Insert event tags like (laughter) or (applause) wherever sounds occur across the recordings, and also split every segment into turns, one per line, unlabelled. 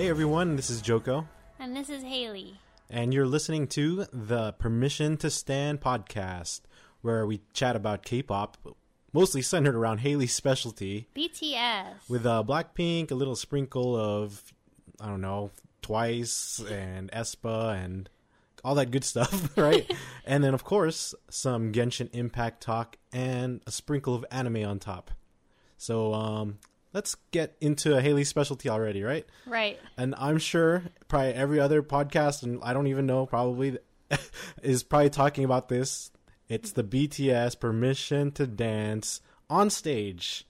everyone. This is Joko,
And this is Haley.
and you're listening to the Permission to Stand podcast, where we chat about K pop, mostly centered around Haley's specialty,
BTS.
with uh, Blackpink, a little sprinkle of, I don't know, Twice and Espa and all that good stuff, (laughs) right? and then, of course, some Genshin Impact talk and a sprinkle of anime on top. So, um, let's get into Haley's specialty already, right?
Right.
and I'm sure probably every other podcast, and I don't even know, probably (laughs) is probably talking about this. It's the BTS permission to dance on stage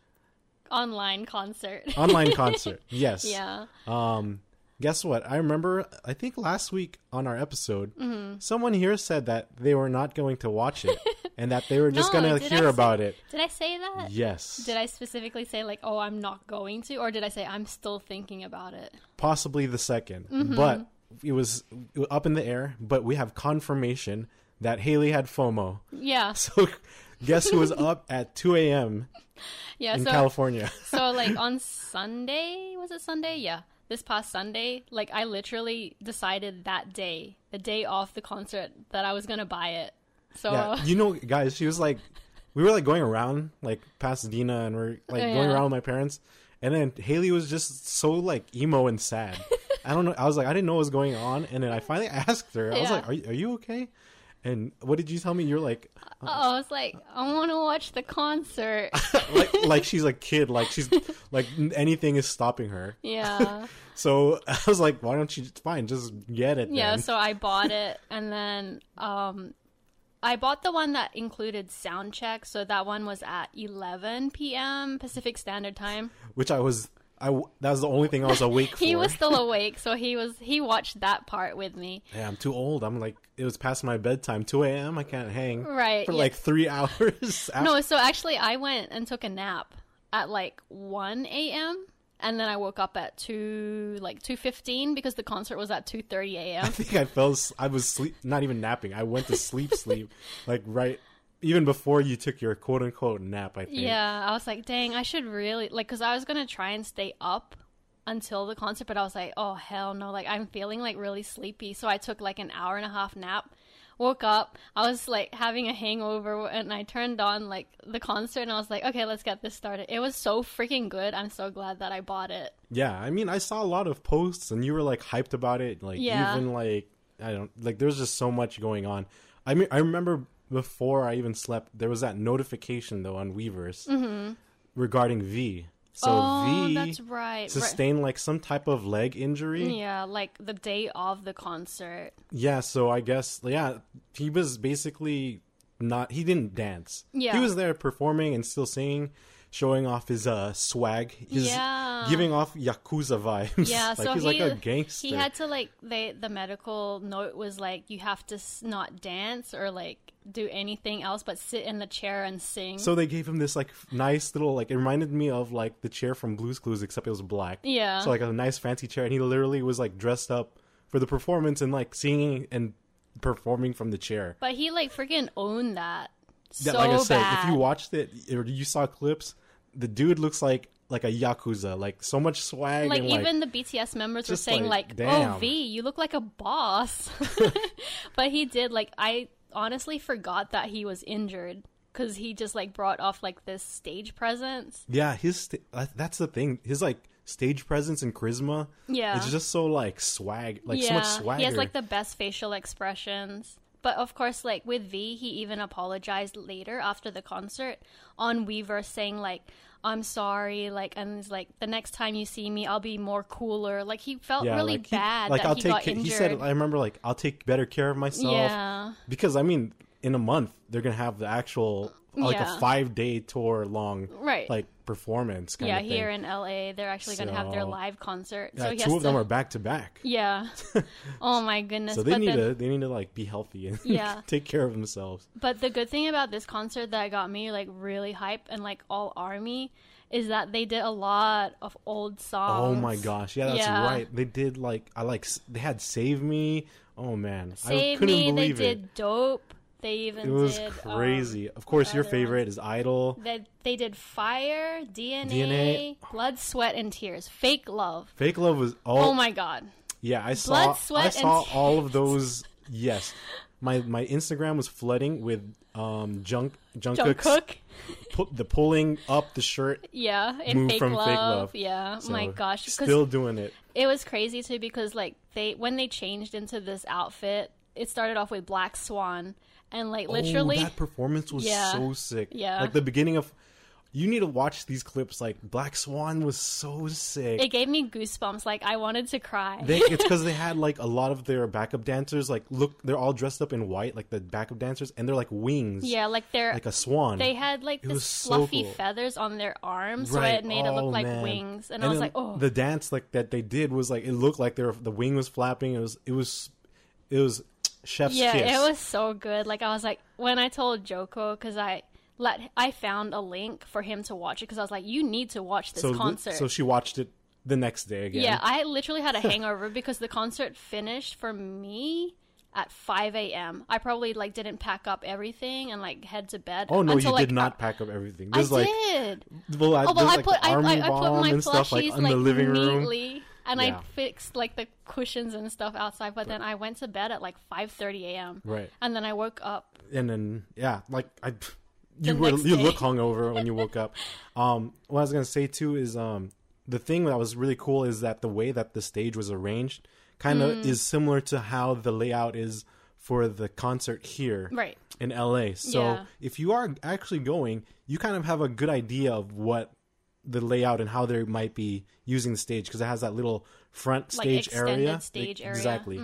Online concert.
online concert. Yes.
(laughs) yeah.
Um. Guess what? I remember. I think last week on our episode,
Mm-hmm.
someone here said that they were not going to watch
(laughs)
it, and that they were just
No,
going to
did I
hear
say-
about it.
Did I say that?
Yes.
Did I specifically say, like, oh, I'm not going to? Or did I say, I'm still thinking about it?
possibly the 2nd
Mm-hmm.
but it was up in the air. But we have confirmation that Haley had FOMO.
Yeah.
(laughs) So guess who was up at 2 a.m.
Yeah.
in (laughs)
So,
California?
so, like, on Sunday, was it Sunday? Yeah. This past Sunday, like, I literally decided that day, the day off the concert, that I was going to buy it. So,
Yeah, you know, guys, she was like, we were like going around like Pasadena, and we're like
Oh, Yeah.
going around with my parents, and then Haley was just so like emo and sad. I don't know. I was like, I didn't know what was going on, and then I finally (laughs) asked her. I was
Yeah.
like, are you, are you okay? And what did you tell me? You're like,
(laughs) I was like, I want to watch the concert.
(laughs) like, like she's a kid. Like she's like anything is stopping her.
yeah.
So (laughs) I was like, why don't you? Fine, just get it.
Yeah,
then.
so I bought it and then um I bought the one that included sound check, so that one was at 11 p.m. Pacific Standard Time.
which I was. I w- that was the only thing I was awake for.
(laughs) He was still awake, so he was he watched that part with me.
Yeah, I'm too old. I'm like, it was past my bedtime, 2 a.m. I can't hang
Right,
for
yeah.
like three (laughs) hours. after.
No, so actually I went and took a nap at like 1 a.m. and then I woke up at 2 like 2:15 because the concert was at 2:30
I
a.m.
think I fell. s- I was sleep, not even napping. I went to sleep, sleep,
(laughs)
like right even before you took your quote unquote nap. I think.
Yeah, I was like, dang, I should really like because I was gonna try and stay up until the concert, but I was like, oh hell no, like I'm feeling like really sleepy, so I took like an hour and a half nap. Woke up, I was like having a hangover, and I turned on like the concert, and I was like, okay, let's get this started. It was so freaking good. I'm so glad that I bought it.
Yeah. I mean, I saw a lot of posts, and you were like hyped about it. Like
Yeah.
even like I don't like. There's just so much going on. I mean, I remember before I even slept, there was that notification though on Weavers regarding V. So
Mm-hmm. oh,
V
that's right. right.
sustained like some type of leg injury.
Yeah, like the day of the concert.
Yeah, so I guess yeah, he was basically not he didn't dance.
Yeah.
He was there performing and still singing, showing off his uh swag. His,
Yeah.
Giving off yakuza (laughs) vibes.
Yeah,
like
so
he's
he,
like a gangster.
He had to like they the medical note was like you have to s- not dance or like do anything else but sit in the chair and sing.
so they gave him this like f- nice little like it reminded me of like the chair from Blue's Clues except it was black.
Yeah.
So like a nice fancy chair and he literally was like dressed up for the performance and like singing and performing from the chair.
but he like freaking owned that.
Yeah,
so
like I
bad.
said, if you watched it or you saw clips, the dude looks like like a yakuza, like so much swag
like
and
even the BTS members were
Just
saying
like,
like,
damn.
"Oh V, you look like
(laughs)
a boss." (laughs) but he did like I honestly forgot that he was injured cuz he just like brought off like this stage presence.
yeah, his st- uh, that's the thing. His like stage presence and charisma,
Yeah.
it's just so like swag, like so much swagger.
He has like the best facial expressions. But of course, like with V, he even apologized later after the concert on Weaver saying like, "I'm sorry," like, and he's like, "The next time you see me, I'll be more cooler." Like he felt
yeah,
really
like, he-
bad
like
that
I'll
he
take
got
ca-
injured.
he said I remember like I'll take better care of myself
yeah,
because I mean in a month they're gonna have the actual like a
Yeah.
five day tour long
Right.
like performance kind
yeah.
of thing.
Here in LA, they're actually going to have their
So-
live concert.
Yeah,
so he
two
has
of them
to-
are back to back. (laughs)
(laughs) Yeah. oh my goodness.
So they
but
need
then,
to they need to like be healthy and (laughs)
Yeah.
take care of themselves.
But the good thing about this concert that got me like really hype and like all army is that they did a lot of old
Oh
songs.
my gosh, yeah, that's
Yeah.
right. They did like I like s- they had Save Me. Oh man, I
Save
couldn't
Me, they
believe it.
did Dope, They even
It was
did, um,
crazy. of course, your
other
favorite is Idol.
They, they did fire, DNA,
DNA.
blood, sweat, and tears. Fake love.
Fake Love was all.
Oh, my god.
yeah, I saw.
Blood, Sweat,
I
and
saw all of those. Yes, my my Instagram was flooding with um junk junk
Don't
cooks
cook.
pu- the pulling up the shirt.
Yeah, and
Move
fake,
from Fake
love.
Love.
Yeah. oh
So,
my gosh, because
still doing it.
it was crazy too. Because like they when they changed into this outfit, it started off with Black Swan, and like literally,
oh, that performance was
Yeah.
so sick.
Yeah.
like the beginning of. You need to watch these clips. Like Black Swan was so sick.
it gave me goosebumps. Like I wanted to cry.
They,
(laughs)
it's because they had like a lot of their backup dancers. Like, look, they're all dressed up in white, like the backup dancers, and they're like wings,
yeah, like they're
like a swan.
they had like
was
this
so
fluffy
cool.
feathers on their arms, so it made it
oh,
look like
man.
wings. And, I was
then
like, oh,
the dance like that they did was like it looked like their the wing was flapping. It was it was it was chef's
yeah,
kiss.
it was so good. Like I was like, when I told Joko, because I let I found a link for him to watch it, because I was like, you need to watch this
so
concert.
so she watched it the next day again.
yeah, I
(laughs)
literally had a hangover because the concert finished for me at 5 a.m. I probably like didn't pack up everything and like head to bed.
Oh no,
until,
you
like,
did not pack up everything.
I
There's like
did.
well, I,
Oh,
there's,
well, I
like,
put
the
I,
army
I, I put
bomb
my
and stuff like
plushies
in
like
the living room.
neatly, and
Yeah.
I fixed like the cushions and stuff outside. But then I went to bed at like 5:30 a.m.
Right.
and then I woke up.
and then yeah, like I, you
The
were
next
you
day.
look hungover when you woke
(laughs)
up. Um, what I was gonna say too is um, the thing that was really cool is that the way that the stage was arranged kind
Mm.
of is similar to how the layout is for the concert here
Right.
in LA. So
Yeah.
if you are actually going, you kind of have a good idea of what the layout and how they might be using the stage because it has that little front
Like
stage
extended
area.
stage area. Mm-hmm.
Exactly.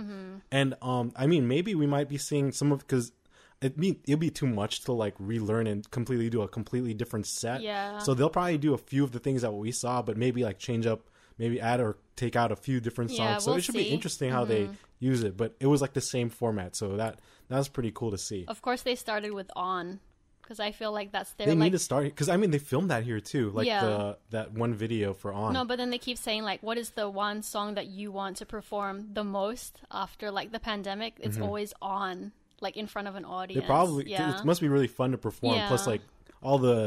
And um I mean maybe we might be seeing some of cuz it mean it'd be too much to like relearn and completely do a completely different set.
Yeah.
So they'll probably do a few of the things that we saw but maybe like change up maybe add or take out a few different songs.
Yeah,
so
we'll
it should be
see. Mm-hmm.
interesting how they use it, but it was like the same format. So that that was pretty cool to see.
Of course, they started with on, because I feel like that's their
They
like
need to start because I mean they filmed that here too, like
Yeah.
the that one video for on.
No, but then they keep saying like, what is the one song that you want to perform the most after like the pandemic? It's always on, like in front of an audience.
Mm-hmm. They probably
yeah.
it must be really fun to perform. Plus,
Yeah.
like all the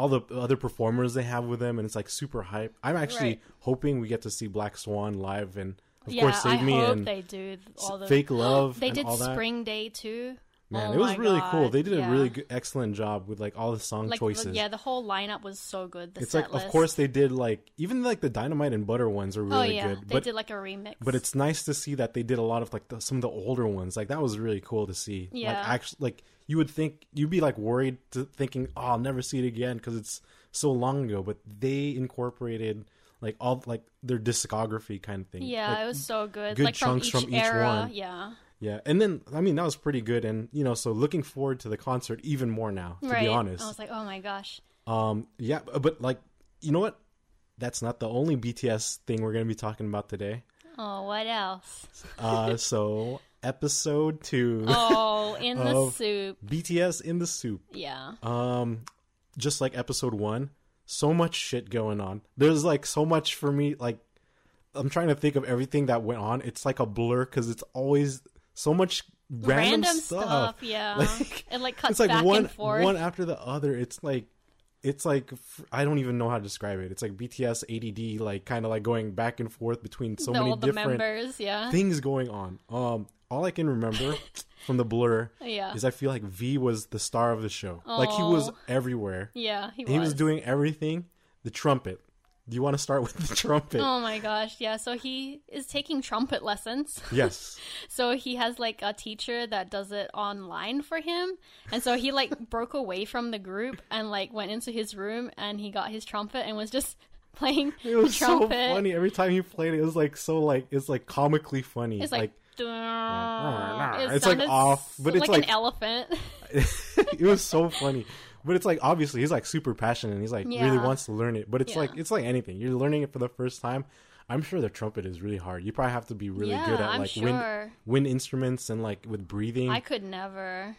all the other performers they have with them, and it's like super hype. I'm actually
Right.
hoping we get to see Black Swan live, and of
yeah,
course, Save
I
Me
hope
and
they do th- all the
Fake Love.
They
and
did
all that.
Spring Day too.
Man,
Oh
it was
my
really cool.
God,
They did
yeah.
a really good, excellent job with like all the song
like,
choices.
the- yeah, the whole lineup was so good. The
it's
set
like
list.
of course they did like even like the Dynamite and Butter ones are
Oh
really
yeah,
good,
they
but
did like a remix.
but it's nice to see that they did a lot of like the, some of the older ones like that was really cool to see
Yeah.
like actually like you would think you'd be like worried to thinking oh i'll never see it again because it's so long ago but they incorporated like all like their discography kind of thing
yeah,
Like,
it was so good.
good
like from
chunks
each,
from each
era.
one.
Yeah,
yeah and then i mean that was pretty good and you know so looking forward to the concert even more now to
right.
be honest
I was like, oh my gosh.
um yeah but, but like you know what that's not the only bts thing we're going to be talking about today
Oh, what else?
(laughs)
(laughs)
uh so episode two
Oh, in the
Of-
soup.
bts in the soup
Yeah.
um just like episode one so much shit going on there's like so much for me like i'm trying to think of everything that went on it's like a blur because it's always so much random, stuff, (laughs)
yeah.
Like,
it like cuts
it's like
back
one
and forth.
one after the other it's like it's like f- i don't even know how to describe it it's like bts add like kind of like going back and forth between so
the,
many
all the
different
members, yeah.
things going on um all i can remember
(laughs)
from the blur
Yeah.
is i feel like v was the star of the show like he was
Aw.
everywhere
yeah, he was.
he was doing everything. The trumpet. Do you want to start with the (laughs) trumpet?
Oh my gosh, yeah. So he is taking trumpet lessons.
Yes.
So he has like a teacher that does it online for him. And so he like (laughs) broke away from the group and like went into his room and he got his trumpet and was just (laughs) playing
(laughs) It was
(laughs) the trumpet.
so funny. Every time he played it, it was like so like it's like comically funny.
It's like,
nah,
it
it's, like,
sounded
off, but it's
like an
like-
elephant.
(laughs)
(laughs)
it was so funny. But it's like obviously he's like super passionate and he's like really
Yeah.
wants to learn it. But it's
Yeah.
like it's like anything. You're learning it for the first time. I'm sure the trumpet is really hard. You probably have to be really
yeah,
good at
I'm
like wind
sure.
wind instruments and like with breathing.
I could never.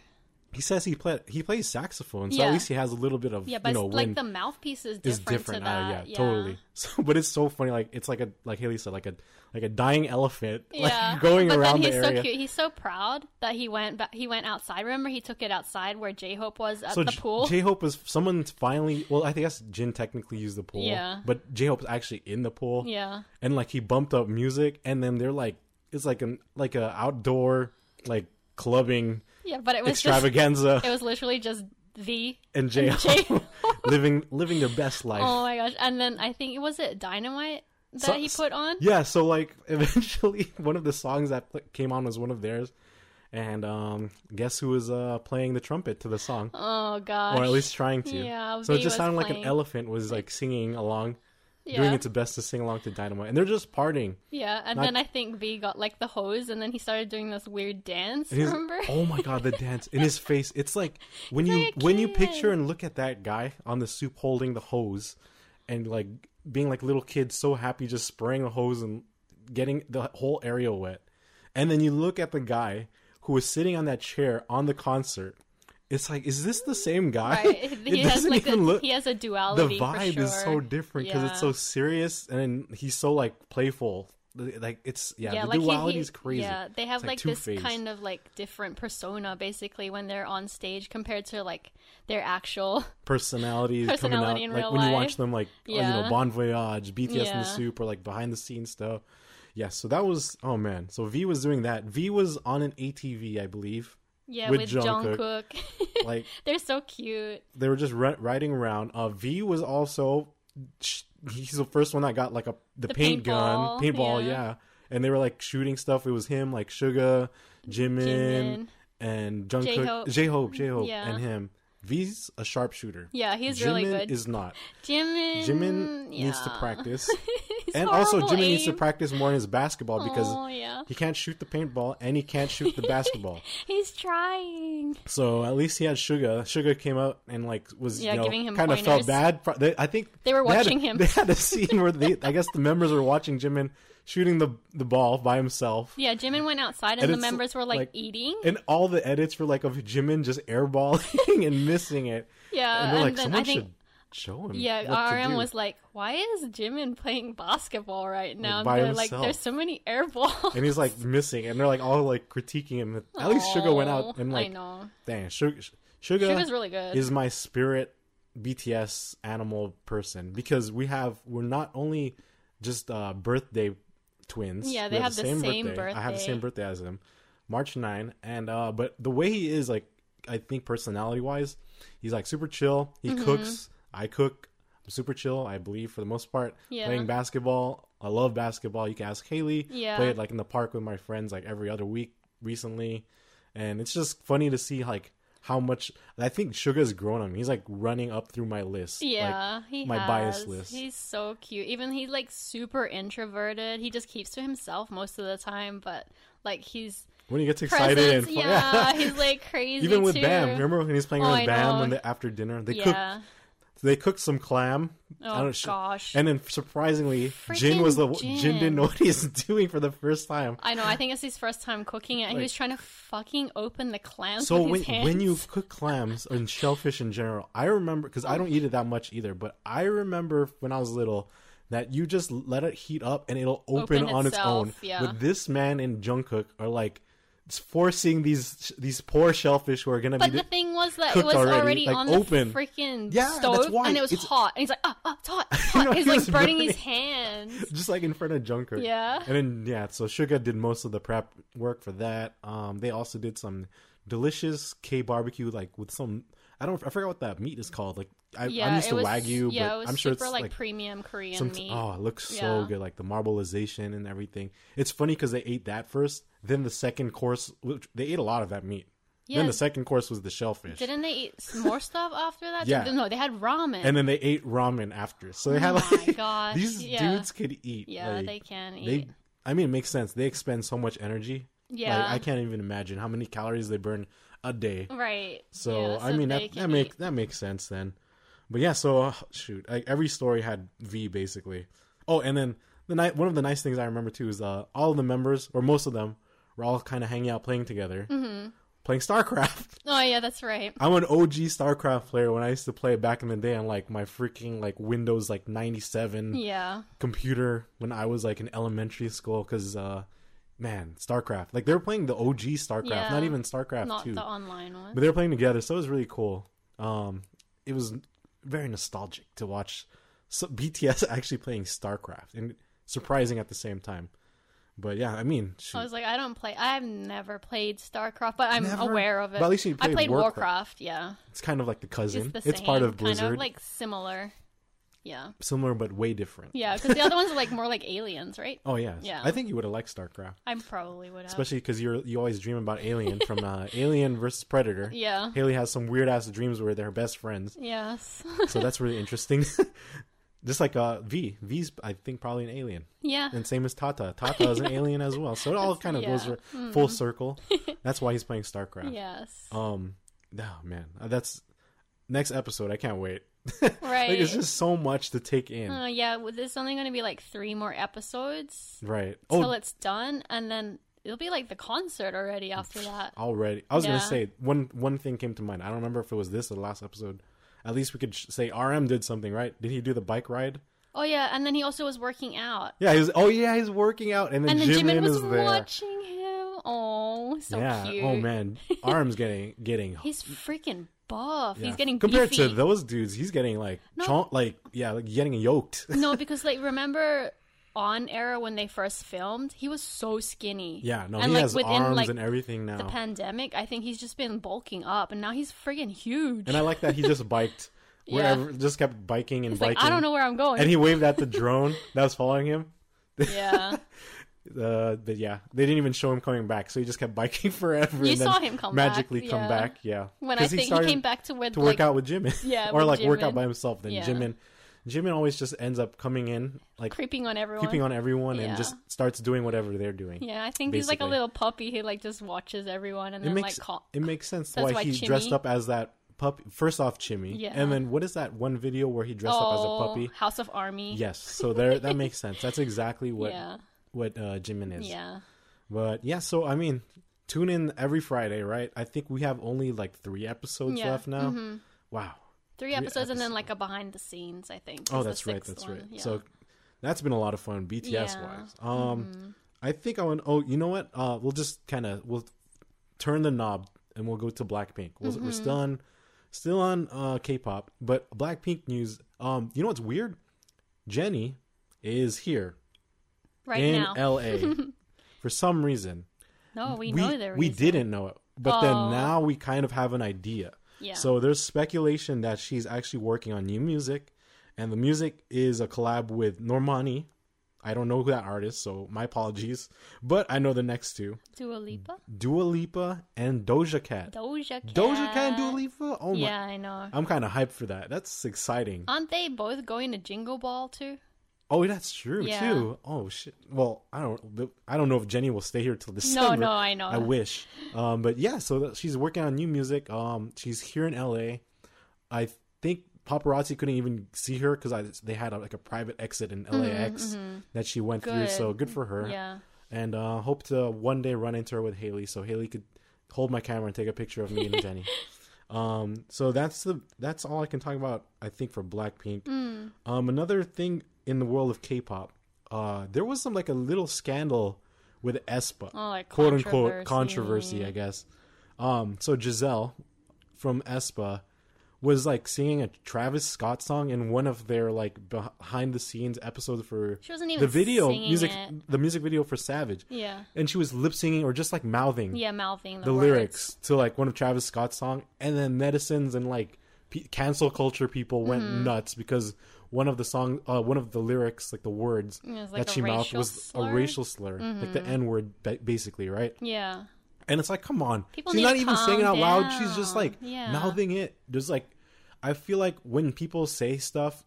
he says he play, he plays saxophone, so
Yeah.
at least he has a little bit of
Yeah, but
you know
it's- like
wind
the mouthpiece is
is
different,
different.
to
Uh,
that.
yeah, totally. (laughs) So, but it's so funny. Like it's like a like Haley said, like a like a dying elephant, (laughs)
Yeah.
like going
but
around
then he's
the
so
area.
cute. He's so proud that he went. Ba- he went outside. Remember, he took it outside where J Hope was at
So
the pool.
J Hope is someone finally. Well, I guess Jin technically used the pool.
Yeah.
But J Hope's actually in the pool.
yeah,
And like he bumped up music, and then they're like, it's like an like a outdoor like clubbing
yeah, but it was just. (laughs) It
extravaganza,
was literally just the.
and J Hope
J-Hope.
(laughs) living living their best life.
Oh my gosh! And then I think was it Dynamite that
So-
he put on.
yeah so like (laughs) eventually one of the songs that pl- came on was one of theirs and um guess who was uh playing the trumpet to the song
Oh gosh.
or at least trying to
Yeah,
so it
V
just
was
sounded like an
playing.
elephant was like singing along
yeah.
doing its best to sing along to dynamite and they're just partying
Yeah, and
Not-
then I think V got like the hose, and then he started doing this weird dance.
And he's- (laughs)
Remember? (laughs)
oh my god the dance in his face it's like when you
like a
when you
kid.
picture and look at that guy on the soup holding the hose and like being like little kids so happy just spraying a hose and getting the whole area wet and then you look at the guy who was sitting on that chair on the concert it's like is this the same guy
right?
(laughs)
He
it
has
doesn't
like
even
the,
look
he has a
the
duality. for
vibe is so
sure.
different because it's
Yeah.
so serious and he's so like playful like it's yeah, the
he-
duality
he-
is crazy
Yeah, they have
like
like, this
two-faced.
kind of like different persona basically when they're on stage compared to like their actual. (laughs)
personality, coming out.
Personality in
like
real
when you
life.
watch them, like uh, you know,
Yeah.
Bon Voyage, BTS and the
Yeah.
Soup, or like behind the scenes stuff. Yeah, so that was oh man. So V was doing that. V was on an ATV, I believe.
(laughs) Yeah,
With
with,
Jungkook.
Jungkook. (laughs)
Like
they're so cute.
they were just ri- riding around. Uh, v was also sh- he's the first one that got like a the,
The
paint gun,
paintball,
paintball, yeah.
yeah.
And they were like shooting stuff. It was him, like Suga, Jimin,
Jimin.
and Jungkook,
J-Hope.
J Hope, J Hope,
Yeah.
and him. V's a sharpshooter.
Yeah, he's
Jimin
really good.
is not.
Jimin.
Jimin needs to
Mm, yeah. (laughs)
practice.
He's
and also,
horrible
Jimin needs to
aim.
practice more in his basketball because
Oh yeah,
he can't shoot the paintball and he can't shoot
(laughs)
the basketball.
he's trying.
So at least he had Suga. Suga came out and like was
Yeah,
you know
giving him
kind of felt
pointers.
bad. for- They, I think
They were
had a-
watching him.
(laughs) They had a scene where they, I guess the members were watching Jimin shooting the the ball by himself.
Yeah, Jimin went outside, and,
And
the
it's,
members were like,
like-
eating.
And all the edits were like of Jimin just airballing (laughs) and missing it.
yeah,
and they're like,
Uh, then
someone
I think
should show him. what
yeah,
to
RM
do."
was like, "Why is Jimin playing basketball right now?"
by
they're
himself.
like, "There's so many air (laughs) balls."
(laughs) and he's like missing, and they're like all like critiquing him. At least Suga went out and
Aw,
like
I know
Dang, Sugar, Sugar,
she was really good.
is my spirit BTS animal person because we have we're not only just uh, birthday twins.
Yeah,
we
they have the same
I have the same
birthday.
birthday as him, March 9. And uh, but the way he is, like I think personality wise, he's like super chill. He
Mm-hmm.
cooks. I cook. I'm super chill. I believe for the most part.
Yeah.
Playing basketball. I love basketball. You can ask Haley.
Yeah.
Play it like in the park with my friends like every other week recently and it's just funny to see like how much I think Sugar's grown on me. He's like running up through my list. Like,
yeah, he
my
has.
bias list.
He's so cute. Even he's like super introverted. He just keeps to himself most of the time, but like he's
when he gets excited
presence.
and (laughs)
Yeah, he's like crazy.
even with
too.
Bam, remember when he's playing
Oh,
with
I
Bam
know.
when they, after dinner they cooked
yeah.
they cooked some clam. I
Oh
don't- sh-
gosh.
And then surprisingly, Jin
Freaking
was the Jin.
Jin.
didn't know what he's (laughs) doing for the first time.
I know. I think it's his first time cooking it. and
Like-
he was trying to fucking open the (laughs) clams
So
with
when
his hands.
when you cook clams and shellfish in general, I remember because I don't eat it that much either, but I remember when I was little that you just let it heat up and it'll open,
Open
on its
itself,
own.
yeah.
But this man and Jungkook are like forcing these these poor shellfish who are gonna
But
be
the thing was that it
cooked
was
already,
already,
like,
on
open.
the freaking
Yeah, that's
stove
why.
and it was
It's-
hot. And he's like, ah, ah, it's hot,
(laughs)
it's hot.
know,
he's
he
like
was
burning, his
burning. (laughs)
hands.
(laughs) just like in front of Junker.
Yeah.
And then yeah, so Suga did most of the prep work for that. Um, they also did some delicious K barbecue, like with some I don't I forgot what that meat is called. Like I, I'm used
it
to
was,
wagyu,
yeah,
but
it was
I'm sure
super
it's
like,
like
premium Korean
Some-
meat.
Oh, it looks so
Yeah.
good, like the marbleization and everything. It's funny because they ate that first, then the second course. Which, they ate a lot of that meat. Then
Yeah.
the second course was the shellfish,
Didn't they eat some more stuff after that?
Yeah.
No, they had ramen.
and then they ate ramen after. So they had
Oh my
like
gosh,
(laughs) these
yeah.
dudes could eat.
yeah,
like,
they can eat.
they. I mean, it makes sense. They expend so much energy.
Yeah.
like, I can't even imagine how many calories they burn a day.
Right.
So
Yeah,
I mean,
they
that
can
that
eat.
make that makes sense then. But yeah, so uh, shoot, like every story had V basically. Oh, and then the night one of the nice
Mm-hmm.
things I remember too is uh, all of the members or most of them were all kind of hanging out playing together, playing StarCraft. (laughs)
Oh yeah, that's right.
I'm an OG StarCraft player when I used to play it back in the day on like my freaking like Windows like 97
Yeah.
computer when I was like in elementary school cuz uh man, StarCraft. Like they were playing the OG StarCraft,
Yeah.
not even StarCraft
Not
2.
the online one.
But they were playing together, so it was really cool. Um it was very nostalgic to watch so BTS (laughs) actually playing StarCraft and surprising at the same time. But yeah, I mean, shoot.
I was like, I don't play. I've never played StarCraft, but I'm
Never?
aware of it.
But at least you
I
played
played
Warcraft.
Warcraft. yeah,
it's kind of like the cousin.
it's the same.
it's part of Blizzard,
kind of like similar. Yeah,
similar but way different.
yeah, because the other ones are like more like aliens, right?
Oh yeah,
Yeah.
I think you would have liked StarCraft,
I probably would have.
especially because you're you always dream about Alien from
(laughs)
uh, Alien versus Predator.
yeah.
Haley has some weird ass dreams where they're best friends,
Yes. (laughs)
so that's really interesting. (laughs) Just like uh, V, V's I think probably an alien,
yeah.
and same as Tata. Tata
(laughs)
is an alien as well, so it all kind of
yeah. Mm-hmm.
goes r- full
(laughs)
circle. That's why he's playing StarCraft.
Yes.
Um, oh man, Uh, that's next episode. I can't wait.
right.
Like, it's just so much to take in.
Uh, yeah, well, there's only going to be like three more episodes
right.
till
Oh,
it's done, and then it'll be like the concert already after that.
already. I was gonna
Yeah.
say one one thing came to mind. I don't remember if it was this or the last episode. At least we could sh- say RM did something, right? Did he do the bike ride?
Oh yeah, and then he also was working out,
Yeah, he was. Oh yeah, he's working out, and then,
and then Jimin,
Jimin,
was
is there.
watching him. Oh, so
yeah.
cute.
Oh
(laughs)
man, RM's getting getting.
he's freaking buff.
yeah.
He's getting
compared
beefy.
to those dudes, he's getting like
No.
chon- like yeah, like getting yoked. (laughs)
(laughs) no, because like remember on era when they first filmed, he was so skinny.
yeah, no,
and
he
like
has
within
arms
like
and everything now.
the pandemic, I think he's just been bulking up, and now he's freaking huge.
and I like that he
(laughs)
just biked
Yeah.
wherever, just kept biking and
He's
biking.
like, I don't know where I'm going.
And he waved at the drone that was following him.
(laughs) yeah.
uh but yeah they didn't even show him coming back so he just kept (laughs) biking forever
You
and then
saw him come back,
magically come
yeah.
back yeah
When
(laughs)
I
'Cause
think he,
started
came back to where
to work
like,
out with jimin
Yeah,
(laughs) or
with
like work out
Jimin.
by himself then
Yeah.
jimin jimin always just ends up coming in like
creeping on everyone.
creeping on everyone
Yeah.
and just starts doing whatever they're doing
yeah, I think he's like
basically.
a little puppy who like just watches everyone and
it
then
makes
like call.
it makes sense
That's
why,
why
he dressed
Jimmy-
up as that puppy first off chimmy
Yeah.
and then what is that one video where he dressed up as a
oh,
puppy
House of Army.
yes so there that makes sense that's exactly what
(laughs) yeah,
what uh jimin is
yeah.
But yeah, so I mean, tune in every Friday, right? I think we have only like three episodes
Yeah, Mm-hmm.
left now. Wow.
Three, episodes and then like a behind the scenes. I think.
Oh,
is the
that's right.
sixth
That's
one.
right.
Yeah.
So that's been a lot of fun, BTS
Yeah. Mm-hmm.
wise. Um, I think I want. Oh, you know what? Uh, we'll just kind of we'll turn the knob and we'll go to Blackpink. We'll,
Mm-hmm.
We're still on, still on uh, K-pop, but Blackpink news. Um, you know what's weird? Jenny is here
right
in
now, (laughs)
LA for some reason.
no, we,
we,
know there.
we didn't know it but then
Oh.
now we kind of have an idea
Yeah.
so there's speculation that she's actually working on new music and the music is a collab with normani i don't know who that artist so my apologies (laughs) but i know the next two
Dua Lipa,
dua lipa and doja cat
Doja Cat.
doja cat and dua lipa oh my
Yeah, I know.
i'm kind of hyped for that that's exciting
Aren't they both going to Jingle Ball too?
oh that's true
Yeah.
too oh shit well i don't i don't know if jenny will stay here till december
No, no, I know.
I wish. Um, but yeah, so that- she's working on new music. Um, she's here in LA. I think paparazzi couldn't even see her because they had a, like a private exit in LAX that she went through.
Mm-hmm, Good.
So good for her.
Yeah.
And uh, hope to one day run into her with Haley, so Haley could hold my camera and take a picture of me and
(laughs)
Jenny. Um, so that's the that's all I can talk about. I think for Blackpink.
Mm.
Um, another thing in the world of K-pop, uh, there was some like a little scandal with Espa,
Oh, like
quote unquote
controversy.
controversy, I guess. Um, so Giselle from Espa was like singing a Travis Scott song in one of their like behind the scenes episodes for
She wasn't even
the video
singing
music,
it.
the music video for Savage,
Yeah.
and she was lip singing or just like mouthing
Yeah, mouthing the,
the
words.
lyrics to like one of Travis Scott's song, and then medicines and like pe cancel culture people went
Mm-hmm.
nuts because one of the song, uh, one of the lyrics, like the words
It was like
that
a
she mouthed
racial
was a
slur? Mm-hmm.
racial slur, like the N word, ba- basically, right?
Yeah.
And it's like, come on,
People
she's
need
not
to
even saying it out
calm
loud. She's just
down.
like
Yeah.
mouthing it. There's like, I feel like when people say stuff,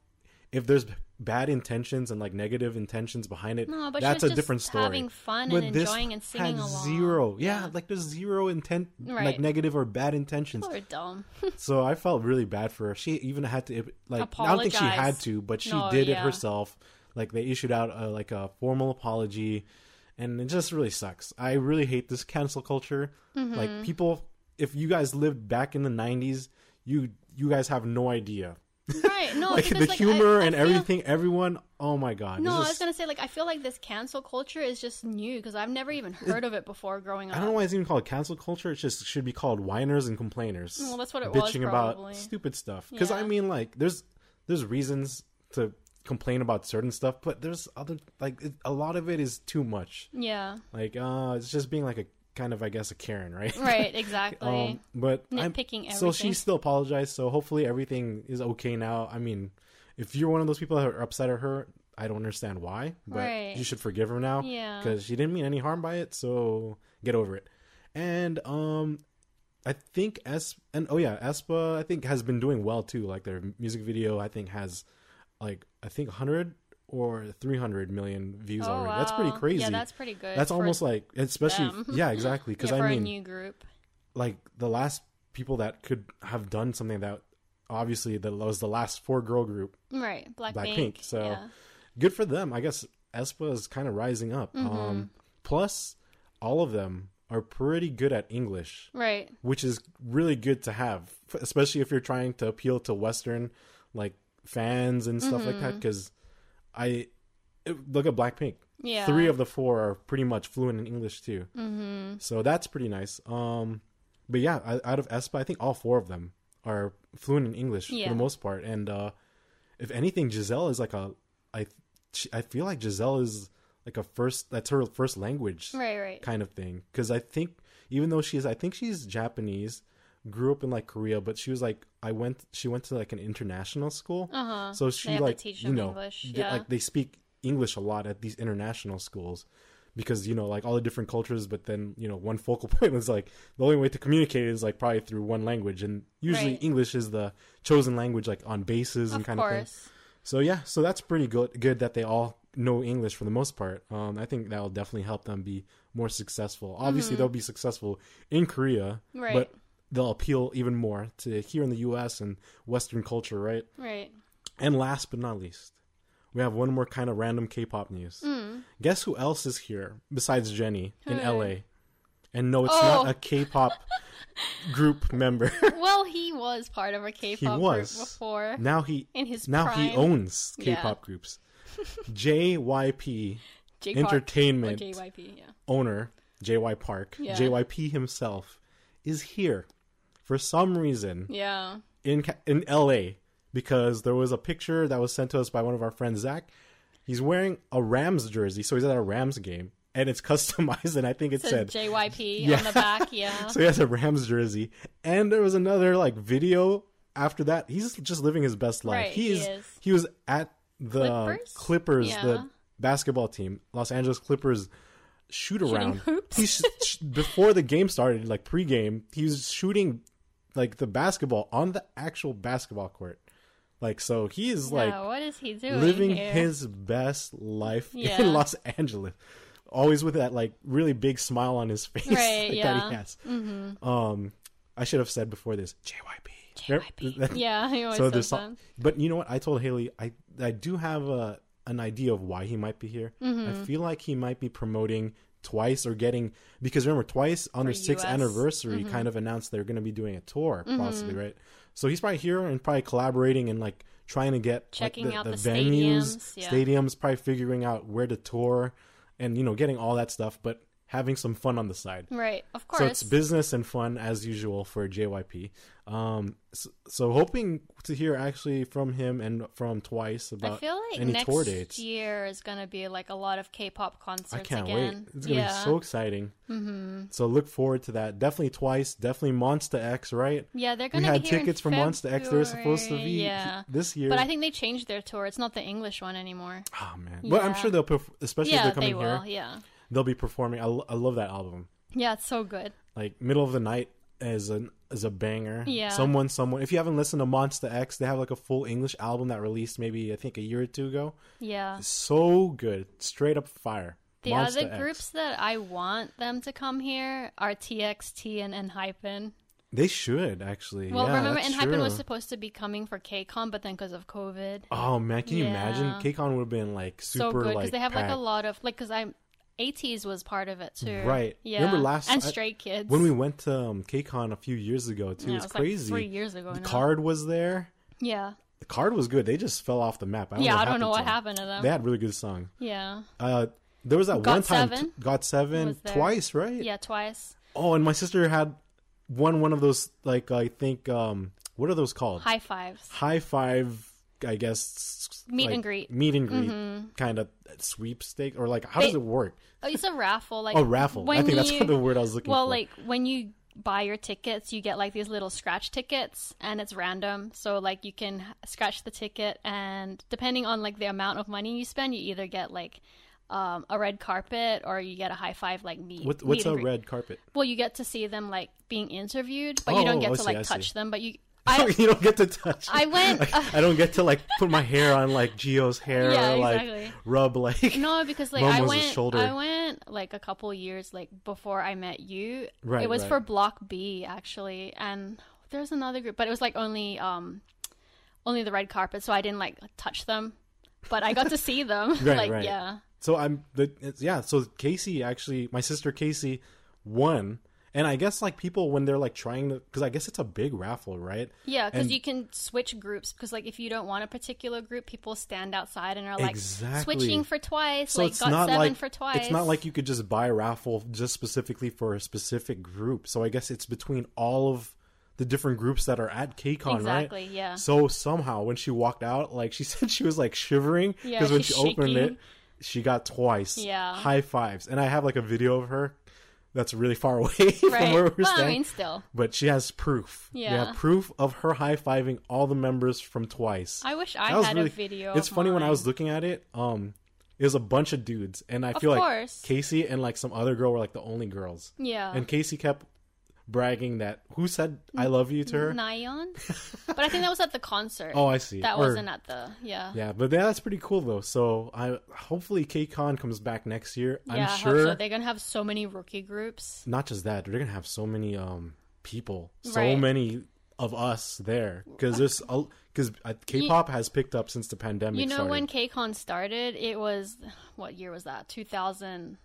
if there's bad intentions and like negative intentions behind it,
No, but
that's
she was
a
just
different story.
having fun
But
and
this
enjoying and singing
had
along.
Zero, yeah, like there's zero intent, like
Right.
negative or bad intentions.
People are
(laughs)
dumb.
So I felt really bad for her. She even had to like I don't think she
Apologize.
had to, but she
No,
did it
yeah.
herself. Like they issued out a, like a formal
Mm-hmm.
apology, and it just really sucks. I really hate this cancel culture. Like people, if you guys lived back in the 90s, you you guys have no idea.
Right. No,
like
because,
the
like, I-
humor
I
and
feel-
everything, everyone, oh my god.
No,
this
I was
is-
gonna say like I feel like this cancel culture is just new because I've never even heard of it before growing up.
I don't know why it's even called cancel culture. It just should be called whiners and complainers.
Well, that's what it was,
bitching about
probably.
stupid stuff. Because I
Yeah.
mean, like, there's there's reasons to complain about certain stuff, but there's other like it, a lot of it is too much.
Yeah.
Like, uh, it's just being like a kind of, I guess, a Karen, right? (laughs)
Right. Exactly.
Um, but I'm-
Nitpicking
so she
everything.
still apologized. So hopefully everything is okay now. I mean, if you're one of those people that are upset at her, I don't understand why, but
Right.
you should forgive her now
Yeah.
because she didn't mean any harm by it. So get over it. And um, I think Es and oh yeah, Espa I think has been doing well too. Like their music video, I think has like I think 100 or 300 million views
Oh,
already. That's pretty
wow.
crazy.
Yeah, that's pretty good.
That's
for-
almost like especially
them.
yeah exactly
(laughs) yeah,
because
for
I mean
a new group.
like the last people that could have done something that obviously that was the last four girl group.
Right. Blackpink.
Blackpink, so-
yeah.
Good for them. I guess Espa is kind of rising up. Um, plus, all of them are pretty good at English,
Right.
which is really good to have, f- especially if you're trying to appeal to Western like fans and stuff like
Mm-hmm.
that. Because I it- look at Blackpink.
Yeah.
Three of the four are pretty much fluent in English too. Mm-hmm. So that's pretty nice. Um, but yeah, I- out of ESPA, I think all four of them are fluent in English for
Yeah.
the most part. And uh, if anything, Giselle is like a I she, I feel like Giselle is like a first that's her first language
Right. Right.
kind of thing because I think even though she is I think she's Japanese, grew up in like Korea, but she was like I went she went to like an international school.
Uh huh.
So she
have to
like
teach
you
them
know
English,
they-
yeah.
like they speak English a lot at these international schools because you know like all the different cultures but then you know one focal (laughs) point was like the only way to communicate is like probably through one language and usually
Right.
English is the chosen language like on bases and
Of
kind of thing.
course.
So yeah, so that's pretty good good that they all know English for the most part. Um I think that'll definitely help them be more successful. Obviously they'll be successful in Korea,
Mm-hmm. Right.
but they'll appeal even more to here in the US and western culture, right?
Right.
And last but not least, we have one more kind of random K-pop news. Guess who else is here besides Jenny in
Mm. Who?
LA? And no, it's
Oh.
not a
(laughs)
K-pop group member.
Well, he was part of a K-pop
he was
group before.
Now he
in his
now he
prime.
owns
Yeah.
K-pop groups. JYP
J Park, or
Entertainment
JYP. Yeah.
owner JY Park,
Yeah.
JYP himself is here for some reason
Yeah.
in Ca- in LA because there was a picture that was sent to us by one of our friends Zach. He's wearing a Rams jersey, so he's at a Rams game, and it's (laughs) customized. And I think it
Says
said (laughs)
JYP
Yeah.
on the back. Yeah.
so he has a Rams jersey. And there was another like video after that. He's just living his best life.
Right,
he
he
is,
is.
He was at the
Clippers?
Clippers,
Yeah.
the basketball team, Los Angeles Clippers shoot around.
hoops.
He's sh- before the game started, like pregame, he was shooting like the basketball on the actual basketball court. Like so, he is like
yeah, what is he doing?
living
here?
his best life
Yeah.
in Los Angeles. Always with that like really big smile on his (laughs) face
Right,
like, that
yeah. Mm-hmm.
he has. Um, I should have said before this JYP.
JYP. (laughs) yeah, he always
so
says
there's
that.
some, but you know what? I told Haley I I do have a an idea of why he might be here.
Mm-hmm.
I feel like he might be promoting twice or getting because remember twice on their sixth
US.
anniversary
Mm-hmm.
kind of announced they're going to be doing a tour possibly right. So he's probably here and probably collaborating and like trying to get like,
Checking out the stadiums, yeah.
stadiums, probably figuring out where to tour, and you know getting all that stuff, but having some fun on the side.
Right, of course.
So it's business and fun as usual for JYP. Um, so, so hoping to hear actually from him and from Twice
I
about
feel like
any tour
next
dates.
year is going to be like a lot of K-pop concerts
I can't
again.
wait. It's gonna
yeah.
be so exciting. Mm-hmm. So look forward to that. Definitely Twice. Definitely Monster X. Right?
Yeah, they're
We
going to
had
be here in
tickets for Monster X. They were supposed to
February,
be
Yeah.
this year.
But I think they changed their tour. It's not the English one anymore.
oh man! But I'm
Yeah.
sure they'll, perf- especially if
yeah,
they're
they
coming here,
will. Yeah.
they'll be performing. I, lo- I love that album.
Yeah, it's so good.
like middle of the night as an as a banger.
Yeah.
Someone, someone. If you haven't listened to Monster X, they have like a full English album that released maybe I think a year or two ago.
Yeah.
So good, straight up fire.
The
Monsta
other
X.
groups that I want them to come here are TXT and Enhypen.
they should actually.
Well,
yeah,
remember
that's
Enhypen was
true.
supposed to be coming for KCON, but then because of COVID,
Oh man, can you
Yeah.
imagine? KCON would have been like super
so good
like
they have like a
packed.
lot of like because I'm ATs was part of it too.
Right.
Yeah.
Remember last-
and
I-
Stray Kids.
When we went to um, KCON a few years ago, too,
yeah,
it's
it was
crazy.
Like three years ago.
the
now.
card was there.
Yeah.
The card was good. They just fell off the map. I don't
yeah.
know
I don't know what
to them.
happened to them.
They had really good song.
yeah.
Uh, there was that
Got
one time
Seven
got seven
was there.
twice, right?
Yeah. Twice.
Oh, and my sister had one one of those like I think um what are those called?
High fives.
High five, I guess.
Meet
like,
and greet. Mm-hmm.
Meet and greet kind of sweepstake or like how
They-
does it work?
Oh, it's a raffle. Like
Oh, raffle. I
when
think that's
you-
(laughs) the word I was looking
Well,
for.
like when you buy your tickets, you get like these little scratch tickets, and it's random. So like you can h- scratch the ticket, and depending on like the amount of money you spend, you either get like um, a red carpet or you get a high five like meet.
what,
meet
what's
and
a
greet.
red carpet?
Well, you get to see them like being interviewed, but you don't
Oh,
get
I
to
see,
like
I see. Oh,
touch them.
(laughs)
But you, I,
you don't get to touch.
I went.
(laughs) I don't get to like put my hair on like Geo's hair
(laughs) Yeah,
or like
exactly.
rub like
No, because like
Mom
I
was a
went,
shoulder.
I went like a couple years like before I met you.
Right,
It was
right.
for Block B actually, and there's another group, but it was like only, um, only the red carpet, so I didn't like touch them, but I got
(laughs)
to see them.
Right,
like
right.
yeah,
So I'm the it's, yeah. So Casey actually, my sister Casey won, and I guess like people when they're like trying to, because I guess it's a big raffle, right?
yeah, because
And-
you can switch groups. Because like if you don't want a particular group, people stand outside and are like
Exactly.
switching for twice.
So
like
it's
got
not
seven
like
for twice.
it's not like you could just buy a raffle just specifically for a specific group. So I guess it's between all of the different groups that are at KCON,
exactly
right?
yeah.
So somehow when she walked out, like (laughs) she said, she was like shivering because
Yeah,
when she
she's
opened
shaking.
it, she got twice.
Yeah.
high fives, and I have like a video of her that's really far (laughs) away from
Right.
where we we're
well, I
standing.
mean, still.
but she has proof. Yeah,
Yeah.
proof of her high fiving all the members from Twice.
I wish I
That was
had
really-
a video.
It's
of
funny when I
mine.
was looking at it. Um, it was a bunch of dudes, and I feel like
course.
Casey and like some other girl were like the only girls.
yeah.
And Casey kept bragging that who said "I love you" to her. (laughs)
Nyan. but I think that was at the concert.
Oh, I see.
that
Or-
wasn't at the yeah.
Yeah, but that's pretty cool though. So I hopefully KCON comes back next year.
Yeah, I
I'm
hope
sure.
so. They're gonna have so many rookie groups.
not just that they're gonna have so many um people so
Right.
many of us there because there's because k-pop has picked up since the pandemic
You know
started.
when KCON started, it was what year was that? 2011,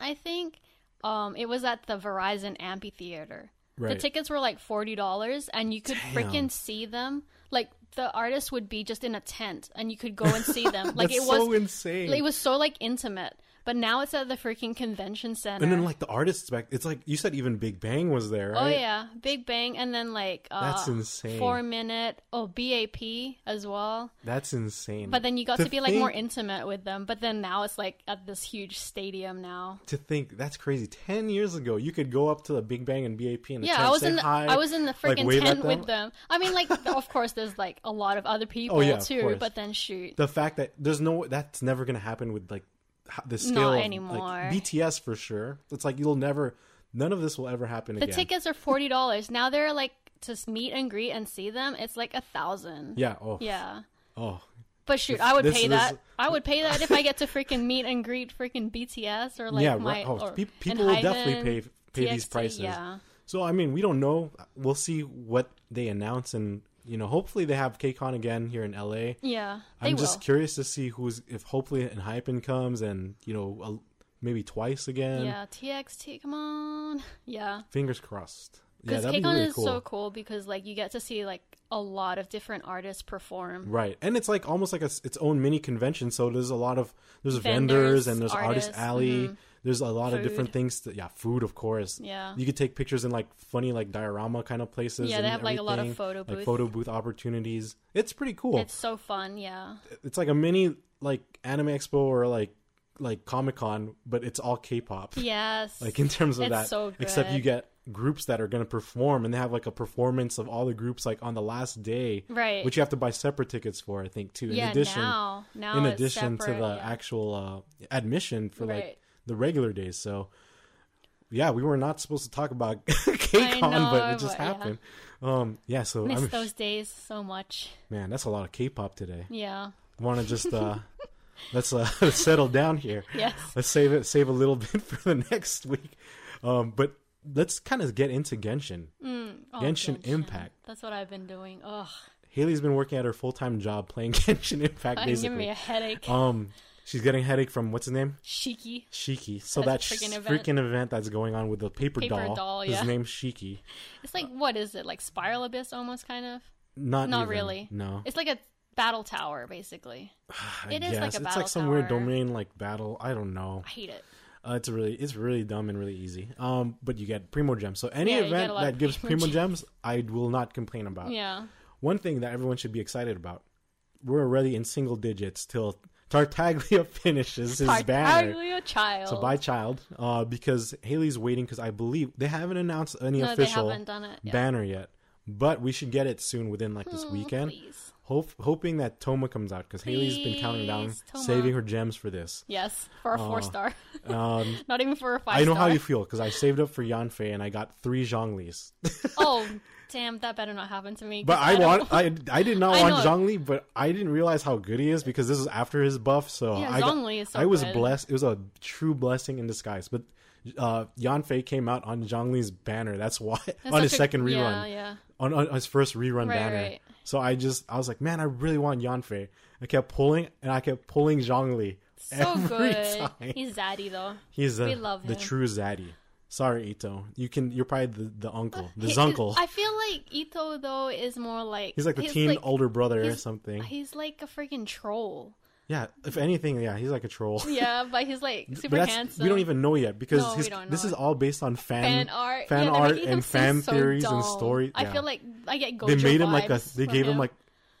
I think. Um, it was at the Verizon Amphitheater. The
Right.
tickets were like forty dollars, and you could
Damn.
freaking see them. Like the artists would be just in a tent, and you could go and see
(laughs)
them. Like
That's
it was,
so insane
it was so like intimate. But now it's at the freaking convention center.
and then like the artists back it's like you said even big bang was there right
Oh yeah, Big Bang, and then like uh,
That's insane.
Four minute, oh BAP as well.
that's insane
But then you got to, be like more
think-
intimate with them. But then now it's like at this huge stadium now.
to think that's crazy 10 years ago you could go up to the big bang and bap and
Yeah, I was
say
in the
hi,
I was in the
like,
freaking
wave at
tent
them.
with them. I mean, like (laughs) of course there's like a lot of other people
Oh, yeah, of
too.
course.
But then shoot,
the fact that there's no that's never gonna happen with like h- the scale of, like,
anymore.
bts for sure it's like you'll never none of this will ever happen
the
again
tickets are forty dollars now. They're like to s- meet and greet and see them. It's like a thousand.
yeah oh
Yeah.
oh
But shoot, I would
this-
pay
this-
that. I would pay that if I get to freaking meet and greet freaking BTS or like
yeah
my
right. oh,
or,
pe-
and
people will definitely
Hyben,
pay pay these
TXT,
prices
Yeah,
so i mean we don't know we'll see what they announce and you know hopefully they have kcon again here in la
yeah, they
i'm
will.
just curious to see who's if hopefully and hypen comes and you know a, maybe twice again
yeah, TXT, come on, yeah.
fingers crossed yeah
Because
that'd be
KCON
really
is
cool
so cool because like you get to see like a lot of different artists perform.
Right, and it's like almost like a, s- its own mini convention. So there's a lot of there's vendors,
Vendors,
and there's artist
artists, mm-hmm.
alley. There's a lot of different
Food.
things. To, yeah, food of course.
Yeah.
you could take pictures in like funny like diorama kind of places.
Yeah, they
and
have, like, a lot of
everything,
photo
like
booth.
photo booth opportunities. It's pretty cool.
It's
It's,
so fun, yeah.
like a mini like anime expo or like like Comic Con, but it's all K-pop.
Yes.
Like in terms of
It's
that,
so
except you
good.
get groups that are going to perform, and they have like a performance of all the groups like on the last day,
Right.
Which you have to buy separate tickets for, I think, too. In
yeah,
addition,
now now
in
it's
addition
separate,
to the
yeah.
actual uh, admission for like
Right.
the regular days. So, yeah, we were not supposed to talk about (laughs) KCON, but
know,
it just
but yeah.
happened. Um, yeah, so
miss
I'm,
those days so much.
man, that's a lot of K-pop today.
Yeah.
Want to just uh, (laughs) let's uh, (laughs) settle down
(laughs)
here.
Yes.
Let's save it, save a little (laughs) bit for the next week. Um, but let's kind of get into Genshin.
Oh,
Genshin Impact.
That's what I've been doing. Ugh,
Haley's been working at her full time job playing (laughs) Genshin Impact,
That
basically.
giving me a headache.
Um, She's getting a headache from what's his name?
Shiki.
Shiki. So that
That's a
freaking,
freaking
event.
event.
that's going on with the paper,
Paper
doll.
doll,
His
yeah.
name's Shiki.
It's like what is it? Like Spiral Abyss almost kind of.
Not
Not
even.
really.
No.
It's like a battle tower basically.
I
it is like a
guess. it's
battle
like some weird
tower.
domain like battle. I don't know.
I hate it.
Uh, it's really it's really dumb and really easy. Um, but you get primo gems. So any
Yeah, you get
event
a lot
that
of
gives
primo
primo gems, I will not complain about.
Yeah.
One thing that everyone should be excited about. We're already in single digits till Tartaglia (laughs) finishes his banner.
Tartaglia child.
So by child, uh, because Haley's waiting because I believe they haven't announced any
no,
official
they haven't done it. yet.
banner yet, but we should get it soon within like this
Mm,
weekend.
please.
Hope, hoping that Toma comes out because Haley's been counting down,
Please, Toma.
saving her gems for this.
Yes, for a four
Uh,
star.
Um,
(laughs) Not even for a five.
I know how
star.
you feel because I saved up for Yanfei and I got three Zhonglis. (laughs)
oh, damn! That better not happen to me. 'cause
But I,
(laughs) don't-
want, I, I did not
I
want
know.
Zhongli, but I didn't realize how good he is because this is after his buff. So
Yeah,
I, got-
Zhongli is so
I was
good.
blessed. It was a true blessing in disguise. But uh, Yanfei came out on Zhongli's banner. That's why
That's
on his
such a-
second rerun.
Yeah, yeah.
on, on his first rerun
Right,
banner.
right.
So I just I was like, man, I really want Yanfei. I kept pulling and I kept pulling Zhongli
So
every (laughs)
good.
time.
He's zaddy though.
He's the,
we love
the
him.
true zaddy. Sorry, Ito. You can you're probably the, the
(laughs)
uncle, the
He-
zunkle.
I feel like Ito though is more like
he's like the teen
like-
older brother or
he's-
something.
He's like a freaking troll.
yeah, if anything, yeah, he's like a troll. (laughs)
Yeah, but he's like super
but that's
handsome.
we don't even know yet because
No, we
his-
don't
this
know.
is all based on fan
fan art,
fan
yeah, they're
art
making him
and
seem
fan
so
theories
dumb.
and story.
I
yeah.
feel like I get Gojo
they made him like a
vibes
they
from
gave him like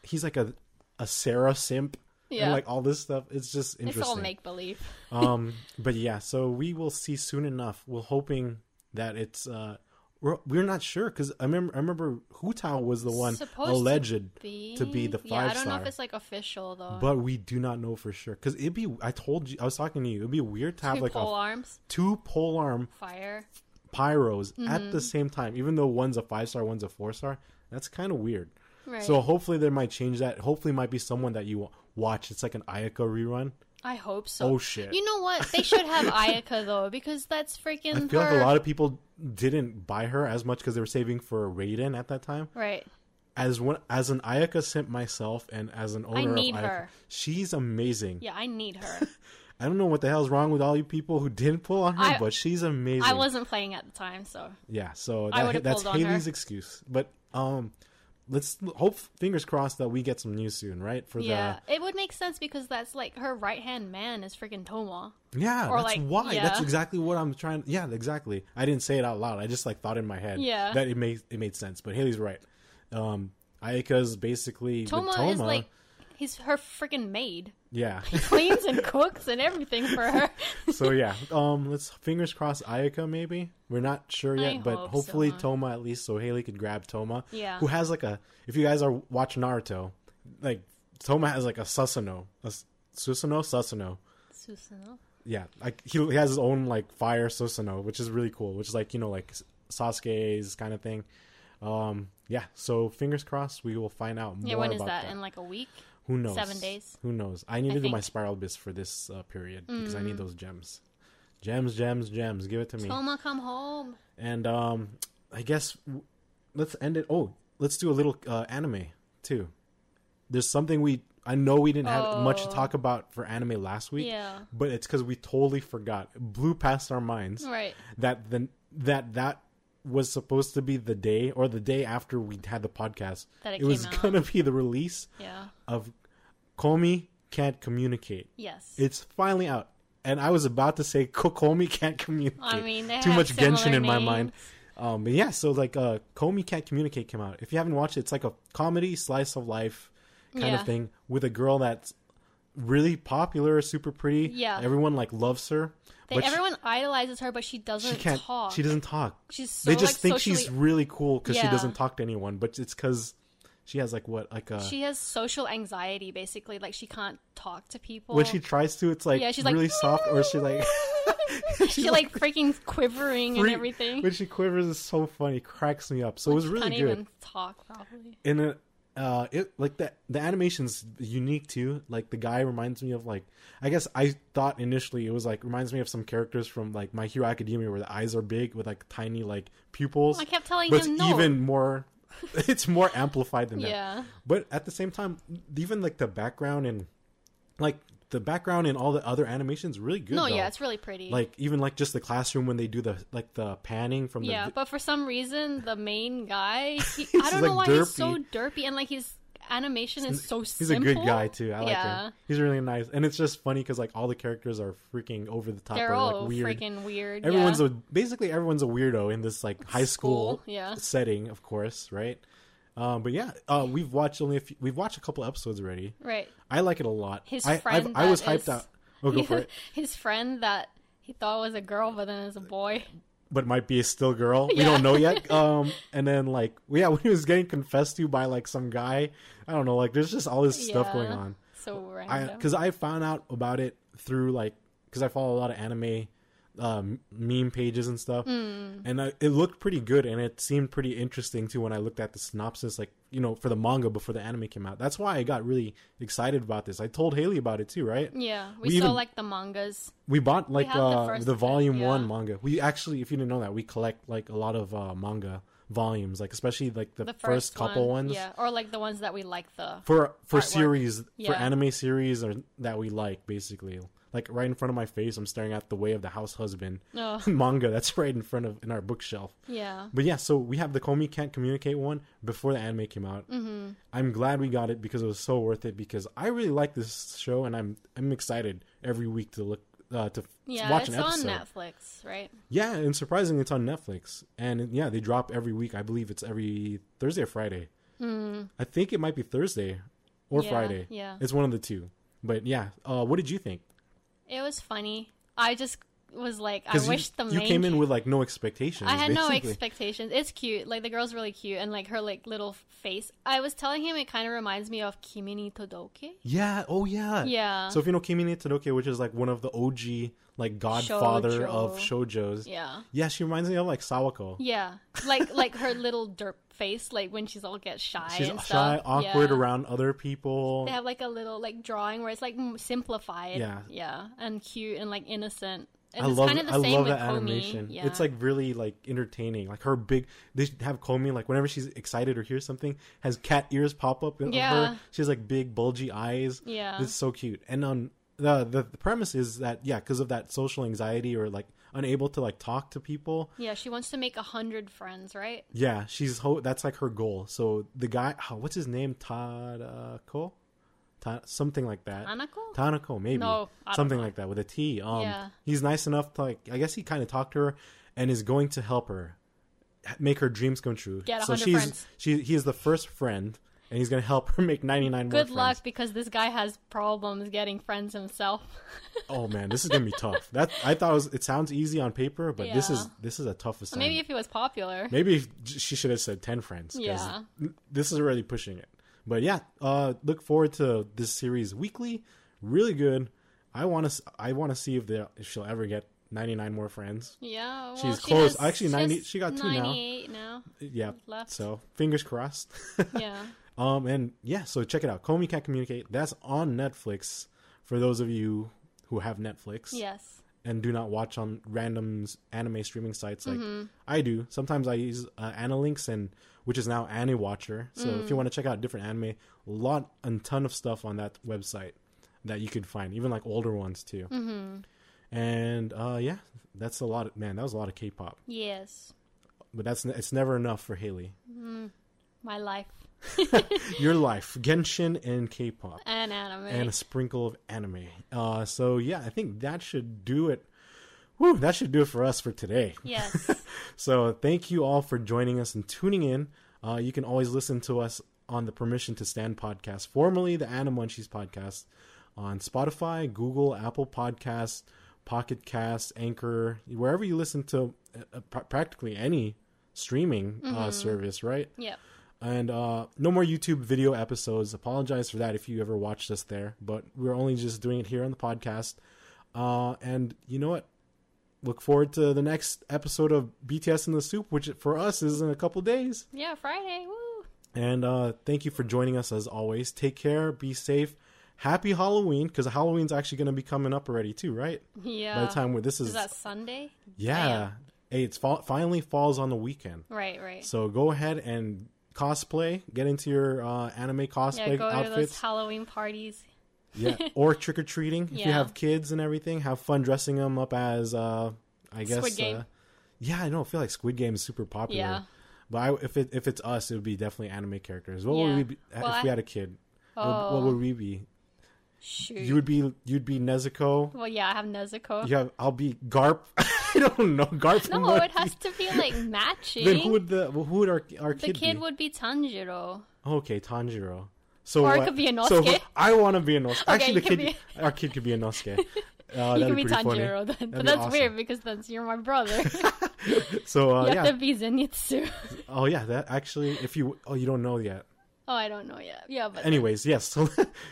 he's like a a Sarah simp and
Yeah.
like all this stuff. It's just
it's all
interesting.
make believe. (laughs)
um, but yeah, so we will see soon enough. We're hoping that it's uh, we're we're not sure because I remember I remember Hu Tao was the one
Supposed to
alleged,
Be
to be the
yeah. I don't know
five-star.
if it's like official though.
but we do not know for sure because it'd be I told you I was talking to you it'd be weird to have
Two
like
pole
a
arms,
two pole arm
fire.
pyros at
Mm-hmm.
the same time, even though one's a five star, one's a four star. That's kind of weird.
Right.
So hopefully they might change that. Hopefully it might be someone that you watch. It's like an Ayaka rerun.
I hope so.
Oh shit!
You know what? They should have Ayaka though, because that's freaking
I feel
her.
like a lot of people didn't buy her as much because they were saving for Raiden at that time.
right.
As one, as an Ayaka simp myself, and as an owner
need
of Ayaka,
her.
she's amazing.
Yeah, I need
(laughs)
her.
I don't know what the hell's wrong with all you people who didn't pull on her,
I-
but she's amazing.
I wasn't playing at the time, so
yeah. So
I
that,
would've
that's
pulled on her.
Haley's excuse, but um, let's hope fingers crossed that we get some news soon, right? For
yeah, it would make sense because that's like her right hand man is freaking Toma.
the yeah,
Or
that's
like-
why. That's
yeah.
exactly what I'm trying. Yeah, exactly. I didn't say it out loud. I just like thought in my head.
Yeah.
that it made it made sense. But Haley's right. Um, Ayaka's basically
Toma,
with Toma.
is like he's her freaking maid. (laughs)
yeah. (laughs)
Cleans and cooks and everything for her.
so yeah, um, let's fingers crossed Ayaka maybe. We're not sure yet, but
hope so.
hopefully Toma at least so Haley could grab Toma.
Yeah.
Who has like a if you guys are watching Naruto, like Toma has like a Susanoo, a S- Susanoo, Susanoo.
Susanoo.
Yeah, like he, he has his own like fire Susanoo, which is really cool, which is like, you know, like S- Sasuke's kind of thing. Um, yeah, so fingers crossed we will find out more
Yeah, when
about
is that?
that.
In like a week?
Who knows?
Seven days?
Who knows? I need to do my
think. Mm-hmm.
spiral abyss for this uh, period because I need those gems. Gems, gems, gems. Give it to me.
Toma, come home.
And um, I guess w- let's end it. Oh, let's do a little uh, anime too. There's something we I know we didn't have much to
Oh.
talk about for anime last week.
Yeah.
But it's because we totally forgot. It blew past our minds
Right.
that the that that was supposed to be the day or the day after we had the podcast.
That it
was
came out.
gonna be the release
Yeah.
of Komi can't communicate.
Yes.
It's finally out. And I was about to say (laughs) Kokomi can't communicate.
I mean, they
too
have
much
similar
Genshin in my
names.
mind. Um, but yeah, so like uh, Komi can't communicate came out. If you haven't watched it, it's like a comedy slice of life kind
Yeah.
of thing with a girl that's really popular, super pretty.
Yeah.
everyone like loves her.
They,
but she-
everyone idolizes her, but she
she,
doesn't
can't.
talk.
She doesn't talk.
She's so
they just
like,
think
socially.
she's really cool because she
Yeah.
doesn't talk to anyone. But it's because she has like what like a
she has social anxiety, basically. Like she can't talk to people.
when she tries to, it's like
Yeah, she's like-
really soft, or she like (laughs)
she like freaking quivering
freak-
(laughs) and everything.
When she quivers is so funny, cracks me up. So it was really
can't
good.
even talk properly.
And it, uh, it like the the animation's unique too. Like the guy reminds me of like I guess I thought initially it was like reminds me of some characters from like My Hero Academia where the eyes are big with like tiny like pupils.
I kept telling
but it's
him no.
even more. (laughs) it's more amplified than that.
Yeah.
But at the same time, even like the background and like the background in all the other animations really good.
no,
though.
yeah, it's really pretty.
like even like just the classroom when they do the like the panning from
yeah,
the
but for some reason the
(laughs)
main guy, he,
He's
I don't
like
know why he's so
derpy.
derpy and like his animation is so
He's
simple.
a good guy too. I like
Yeah.
him. He's really nice, and it's just funny because like all the characters are freaking over the top,
They're
or,
all
like weird.
freaking weird.
everyone's
yeah.
a basically everyone's a weirdo in this like high school,
School, yeah.
setting, of course, right? Um, but yeah, uh, we've watched only a few, we've watched a couple episodes already.
right.
I like it a lot.
His
I,
friend
I was
that
hyped
is- (laughs)
out. Oh, go for it.
His friend that he thought was a girl, but then is a boy.
But might be a still girl. We
Yeah.
don't know
(laughs)
yet. Um, and then like yeah, when he was getting confessed to by like some guy, I don't know. Like there's just all this stuff going
Yeah.
on.
So
I
random.
because I found out about it through like because I follow a lot of anime um, meme pages and stuff,
Hmm.
and I, it looked pretty good and it seemed pretty interesting too when I looked at the synopsis, like you know for the manga before the anime came out. That's why I got really excited about this. I told Haley about it too, right?
yeah, we,
we
saw
even-
like the mangas.
We bought like
have the
uh, the,
first print,
volume
yeah.
one manga. We actually, if you didn't know that, we collect like a lot of uh, manga volumes, like especially like the,
The
first,
first,
couple
one,
ones
yeah, or like the ones that we like the.
for for
Artwork.
series
Yeah.
for anime series or that we like basically like right in front of my face i'm staring at the way of the house husband
No,
(laughs) manga that's right in front of in our bookshelf
yeah,
but yeah so we have the komi can't communicate one before the anime came out mm-hmm. i'm glad we got it because it was so worth it because i really like this show and i'm i'm excited every week to look uh, to, to
yeah.
watch
It's
an
on
episode
Netflix, right?
yeah and surprisingly it's on netflix and yeah they drop every week i believe it's every thursday or friday i think it might be thursday or
Hmm. Yeah,
friday
yeah.
it's one of the two but yeah uh, what did you think
It was funny. I just was like, I
because you,
wish the
you
main.
came in with like no expectations
I had no
basically.
expectations. It's cute. Like the girl's really cute, and like her like little face. I was telling him it kind of reminds me of Kimi ni Todoke.
yeah oh yeah
Yeah.
so if you know kimi ni Tadoke, which is like one of the og like godfather
Shoujo.
of shoujos
Yeah.
yeah she reminds me of like sawako
Yeah, like like her little derp face, like when she's all get shy
she's
and
shy
stuff.
awkward
yeah.
around other people
They have like a little like drawing where it's like m- simplified.
Yeah.
yeah, and cute and like innocent. And
I
it's
love,
kind of
I
the same
love
with
that
Komi.
animation.
Yeah.
It's like really like entertaining. Like her big, they should have Komi like whenever she's excited or hears something, has cat ears pop up. In yeah,
Yeah.
her. she has like big bulgy eyes.
Yeah.
it's so cute. And um, the the, the premise is that yeah, because of that social anxiety or like unable to like talk to people.
yeah, she wants to make a hundred friends, right?
Yeah, she's ho- that's like her goal. So the guy, oh, what's his name? Tadako, Ta- something like that.
Anako.
Tanako, maybe
Oh. No, I don't
something
know.
like that with a T. Um,
Yeah.
he's nice enough to like. I guess he kind of talked to her, and is going to help her h- make her dreams come true.
Get
so
100
she's
friends.
she he is the first friend, and he's going to help (laughs) her make ninety nine more
Good luck
friends.
because this guy has problems getting friends himself.
Oh man, this is going to be tough. That I thought it, was, it sounds easy on paper, but this
Yeah.
is this is a tough assignment.
Maybe if he was popular.
Maybe if- j- she should have said 10 friends. 'cause
Yeah.
n- This is already pushing it. But yeah, uh, look forward to this series weekly. Really good. I want to I want to see if, they, if she'll ever get 99 more friends.
Yeah, well,
She's
she
close.
has-
Actually, 90
has
she got two now.
98 now.
Yeah.
Left.
So, fingers crossed.
Yeah,
(laughs) um and yeah, so check it out. Comey Can't Communicate. That's on Netflix for those of you who have Netflix
yes.
and do not watch on random s- anime streaming sites like I do. Sometimes I use uh, Analinks and which is now AniWatcher. So if you want to check out different anime, a lot and ton of stuff on that website that you could find, even like older ones too. Mm-hmm. And uh, yeah, that's a lot. Of, man, that was a lot of K-pop,
Yes.
but that's n- it's never enough for Haley. (laughs)
My life
Your life, Genshin and K-pop.
and anime.
and a sprinkle of anime. Uh, so yeah, I think that should do it. Whew, that should do it for us for today. (laughs)
yes.
So thank you all for joining us and tuning in. Uh, you can always listen to us on the Permission to Stand podcast, formerly the Anna Munchies podcast, on Spotify, Google, Apple Podcasts, Pocket Cast, Anchor, wherever you listen to uh, pr- practically any streaming uh, service, right?
Yep.
And uh, no more YouTube video episodes. Apologize for that if you ever watched us there, but we're only just doing it here on the podcast. Uh, and you know what? Look forward to the next episode of BTS in the Soup, which for us is in a couple days.
Yeah, Friday. Woo.
And uh, thank you for joining us as always. Take care, be safe. Happy Halloween, because Halloween's actually going to be coming up already, too, right?
Yeah.
By the time where this is,
is that Sunday?
yeah, hey, it's fa- finally falls on the weekend.
Right, right.
So go ahead and cosplay. Get into your uh, anime
yeah,
cosplay
go to those
outfits.
Halloween parties. (laughs)
yeah, or trick or treating. If you
Yeah.
have kids and everything, have fun dressing them up as, uh, I guess.
Squid Game.
Uh, yeah, I know. I feel like Squid Game is super popular.
Yeah.
But I, if it, if it's us, it would be definitely anime characters. What would
Yeah.
we be
Well,
if
I-
we had a kid? what-
Oh,
What would we be?
shoot.
You would be you'd be Nezuko.
well, yeah, I have Nezuko.
You have I'll be Garp. (laughs) I don't know Garp. and
Oh. no, it
Monkey.
has to be like
(laughs)
matching.
Then who would the well, who would our our
the
kid,
kid
be?
would be Tanjiro.
Okay, Tanjiro. So
Or it
what-
could be Inosuke.
So I want to be Inosuke. Actually,
you
the
could
kid, our kid could be
(laughs)
Inosuke. Uh,
You
that'd
could
be
be
pretty funny.
Tanjiro then,
be
but that's
awesome.
weird because that's you're
(laughs)
my brother.
So uh,
you have
yeah.
to be Zenitsu. (laughs)
Oh yeah. That actually, if you oh you don't know yet.
oh, I don't know yet. Yeah, but
Anyways, yes. So, (laughs)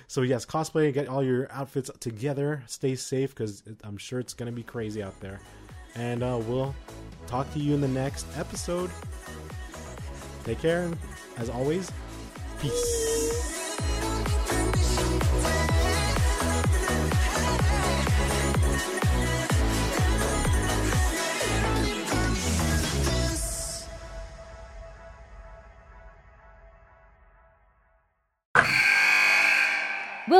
so yes, cosplay. Get all your outfits together. Stay safe because I'm sure it's gonna be crazy out there. And uh, we'll talk to you in the next episode. Take care. and As always, peace.